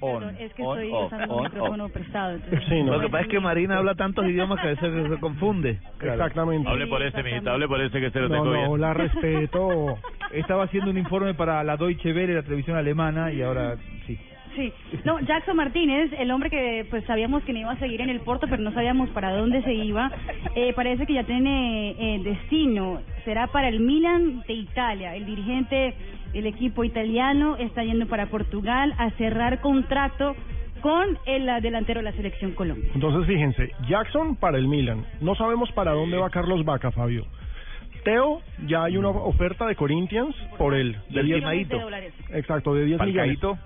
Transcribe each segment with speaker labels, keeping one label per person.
Speaker 1: On,
Speaker 2: Pero es que
Speaker 1: on,
Speaker 2: estoy
Speaker 1: off,
Speaker 2: usando
Speaker 1: on,
Speaker 2: el micrófono prestado. entonces-
Speaker 3: Sí, no.
Speaker 1: Lo que pasa es que Marina habla tantos idiomas que a veces se confunde.
Speaker 3: Exactamente.
Speaker 2: Hable por este, mijito, hable
Speaker 1: por este que se
Speaker 3: No, no, la respeto.
Speaker 1: Estaba haciendo un informe para la Deutsche Welle, la televisión alemana, y ahora sí.
Speaker 2: Sí, no, Jackson Martínez, el hombre que pues sabíamos que no iba a seguir en el Porto, pero no sabíamos para dónde se iba, eh, parece que ya tiene eh, destino, será para el Milan de Italia. El dirigente del equipo italiano está yendo para Portugal a cerrar contrato con el ah, delantero de la selección Colombia.
Speaker 3: Entonces, fíjense, Jackson para el Milan. No sabemos para dónde va Carlos Vaca, Fabio. Teo, ya hay una oferta de Corinthians por él.
Speaker 1: Del
Speaker 3: diez-
Speaker 2: Millones de
Speaker 1: Timaíto.
Speaker 2: dólares.
Speaker 3: Exacto, de 10 millones.
Speaker 1: Falcaíto.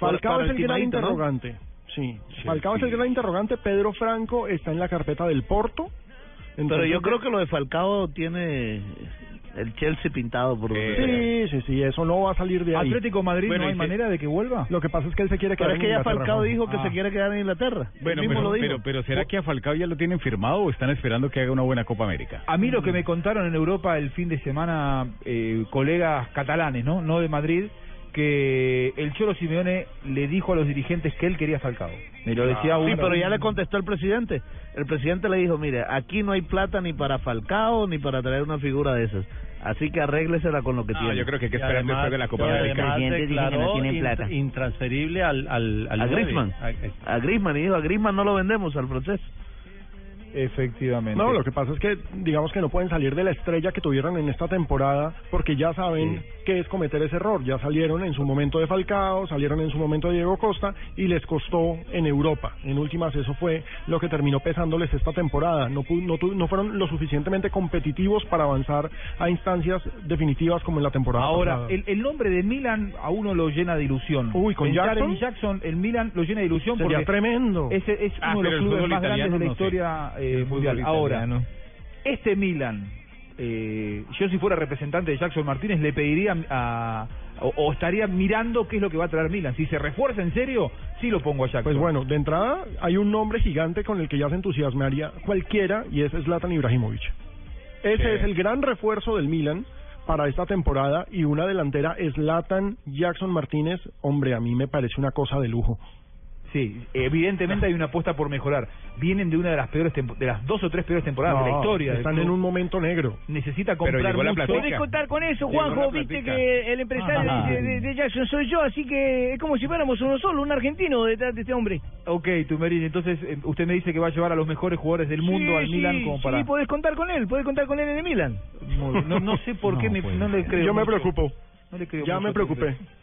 Speaker 3: Falcao
Speaker 1: Para
Speaker 3: es el gran
Speaker 1: Timaíto, ¿no?
Speaker 3: interrogante. Sí,
Speaker 1: Sí,
Speaker 3: Falcao es el
Speaker 1: sí.
Speaker 3: gran interrogante. Pedro Franco está en la carpeta del Porto.
Speaker 1: Pero
Speaker 3: Entonces,
Speaker 1: yo creo que lo de Falcao tiene el Chelsea pintado por
Speaker 3: Sí, sí, sí, eso no va a salir de ahí.
Speaker 4: Atlético Madrid
Speaker 5: Bueno,
Speaker 4: no hay
Speaker 5: y te-
Speaker 4: manera de que vuelva.
Speaker 3: Lo que pasa es que él se quiere quedar
Speaker 1: Pero es
Speaker 3: en
Speaker 1: que ya
Speaker 3: Inglaterra,
Speaker 1: Falcao
Speaker 3: Juanjo.
Speaker 1: dijo que
Speaker 4: Ah.
Speaker 1: se quiere quedar en Inglaterra. Él
Speaker 5: Bueno,
Speaker 1: mismo
Speaker 5: pero,
Speaker 1: lo dijo.
Speaker 5: pero, pero ¿será que a Falcao ya lo tienen firmado o están esperando que haga una buena Copa América?
Speaker 1: Ah,
Speaker 4: A mí lo que me contaron en Europa el fin de semana eh, colegas catalanes, ¿no? No de Madrid, que el Cholo Simeone le dijo a los dirigentes que él quería Falcao. Me lo
Speaker 5: Ah.
Speaker 4: decía uno.
Speaker 1: Ah. Sí, pero ya le contestó el presidente. El presidente le dijo, mire, aquí no hay plata ni para Falcao ni para traer una figura de esas. Así que arréglesela con lo que
Speaker 5: No,
Speaker 1: tiene.
Speaker 5: Ah, yo creo que hay que
Speaker 6: Y
Speaker 5: esperar
Speaker 6: además-
Speaker 5: después de la Copa
Speaker 6: y
Speaker 5: América.
Speaker 6: además
Speaker 7: presidente dice que no
Speaker 6: declaró
Speaker 7: tienen
Speaker 6: in-
Speaker 7: plata.
Speaker 6: Intransferible al al al
Speaker 1: A
Speaker 6: nueve.
Speaker 1: Griezmann.
Speaker 6: A-
Speaker 4: eh,
Speaker 6: a-
Speaker 1: A Griezmann, y dijo, a Griezmann no lo vendemos al francés.
Speaker 4: Efectivamente.
Speaker 3: No, lo que pasa es que digamos que no pueden salir de la estrella que tuvieron en esta temporada porque ya saben que es cometer ese error. Ya salieron en su momento de Falcao, salieron en su momento de Diego Costa y les costó en Europa. En últimas eso fue lo que terminó pesándoles esta temporada. No, pu- no, tu- no fueron lo suficientemente competitivos para avanzar a instancias definitivas como en la temporada
Speaker 4: Ahora,
Speaker 3: pasada.
Speaker 4: el, el nombre de Milan a uno lo llena de ilusión.
Speaker 3: Uy, ¿con
Speaker 4: Pensar
Speaker 3: Jackson?
Speaker 4: en Jackson, el Milan lo llena de ilusión
Speaker 3: Sería
Speaker 4: porque
Speaker 3: tremendo.
Speaker 4: ese es
Speaker 5: Ah,
Speaker 4: uno de
Speaker 5: pero
Speaker 4: los
Speaker 5: el
Speaker 4: clubes
Speaker 5: fútbol
Speaker 4: más grandes de la
Speaker 5: italiano no, sí.
Speaker 4: historia eh,
Speaker 5: El fútbol
Speaker 4: mundial. Ahora,
Speaker 5: italiano.
Speaker 4: este Milan, eh, yo si fuera representante de Jackson Martínez, le pediría a, o, o estaría mirando qué es lo que va a traer Milan. Si se refuerza en serio, sí lo pongo a Jackson.
Speaker 3: Pues bueno, de entrada hay un nombre gigante con el que ya se entusiasmaría cualquiera y es Zlatan Ibrahimovic. Ese
Speaker 5: Sí.
Speaker 3: es el gran refuerzo del Milan para esta temporada y una delantera Zlatan Jackson Martínez, hombre, a mí me parece una cosa de lujo.
Speaker 4: Sí, evidentemente hay una apuesta por mejorar. Vienen de una de las peores tempo- de las dos o tres peores temporadas de la
Speaker 3: No,
Speaker 4: historia. del
Speaker 3: están
Speaker 4: club.
Speaker 3: en un momento negro.
Speaker 4: necesita
Speaker 5: Pero
Speaker 4: comprar
Speaker 5: llegó la
Speaker 4: mucho.
Speaker 5: platica.
Speaker 8: contar con eso,
Speaker 5: Llegó la
Speaker 8: Juanjo. Viste
Speaker 5: platica.
Speaker 8: que el empresario de, de- de Jackson soy yo, así que es como si fuéramos uno solo, un argentino detrás de este hombre.
Speaker 4: Ok, Tumberini, entonces eh, usted me dice que va a llevar a los mejores jugadores del mundo
Speaker 8: Sí,
Speaker 4: al
Speaker 8: sí,
Speaker 4: Milan como para...
Speaker 8: Sí, podés contar con él, podés contar con él en el Milan.
Speaker 4: Muy- no, no sé por qué, me- no le creo.
Speaker 3: pues, Yo me
Speaker 4: mucho.
Speaker 3: preocupo,
Speaker 4: No le creo
Speaker 3: ya
Speaker 4: mucho
Speaker 3: me
Speaker 4: a Tumberini.
Speaker 3: preocupé.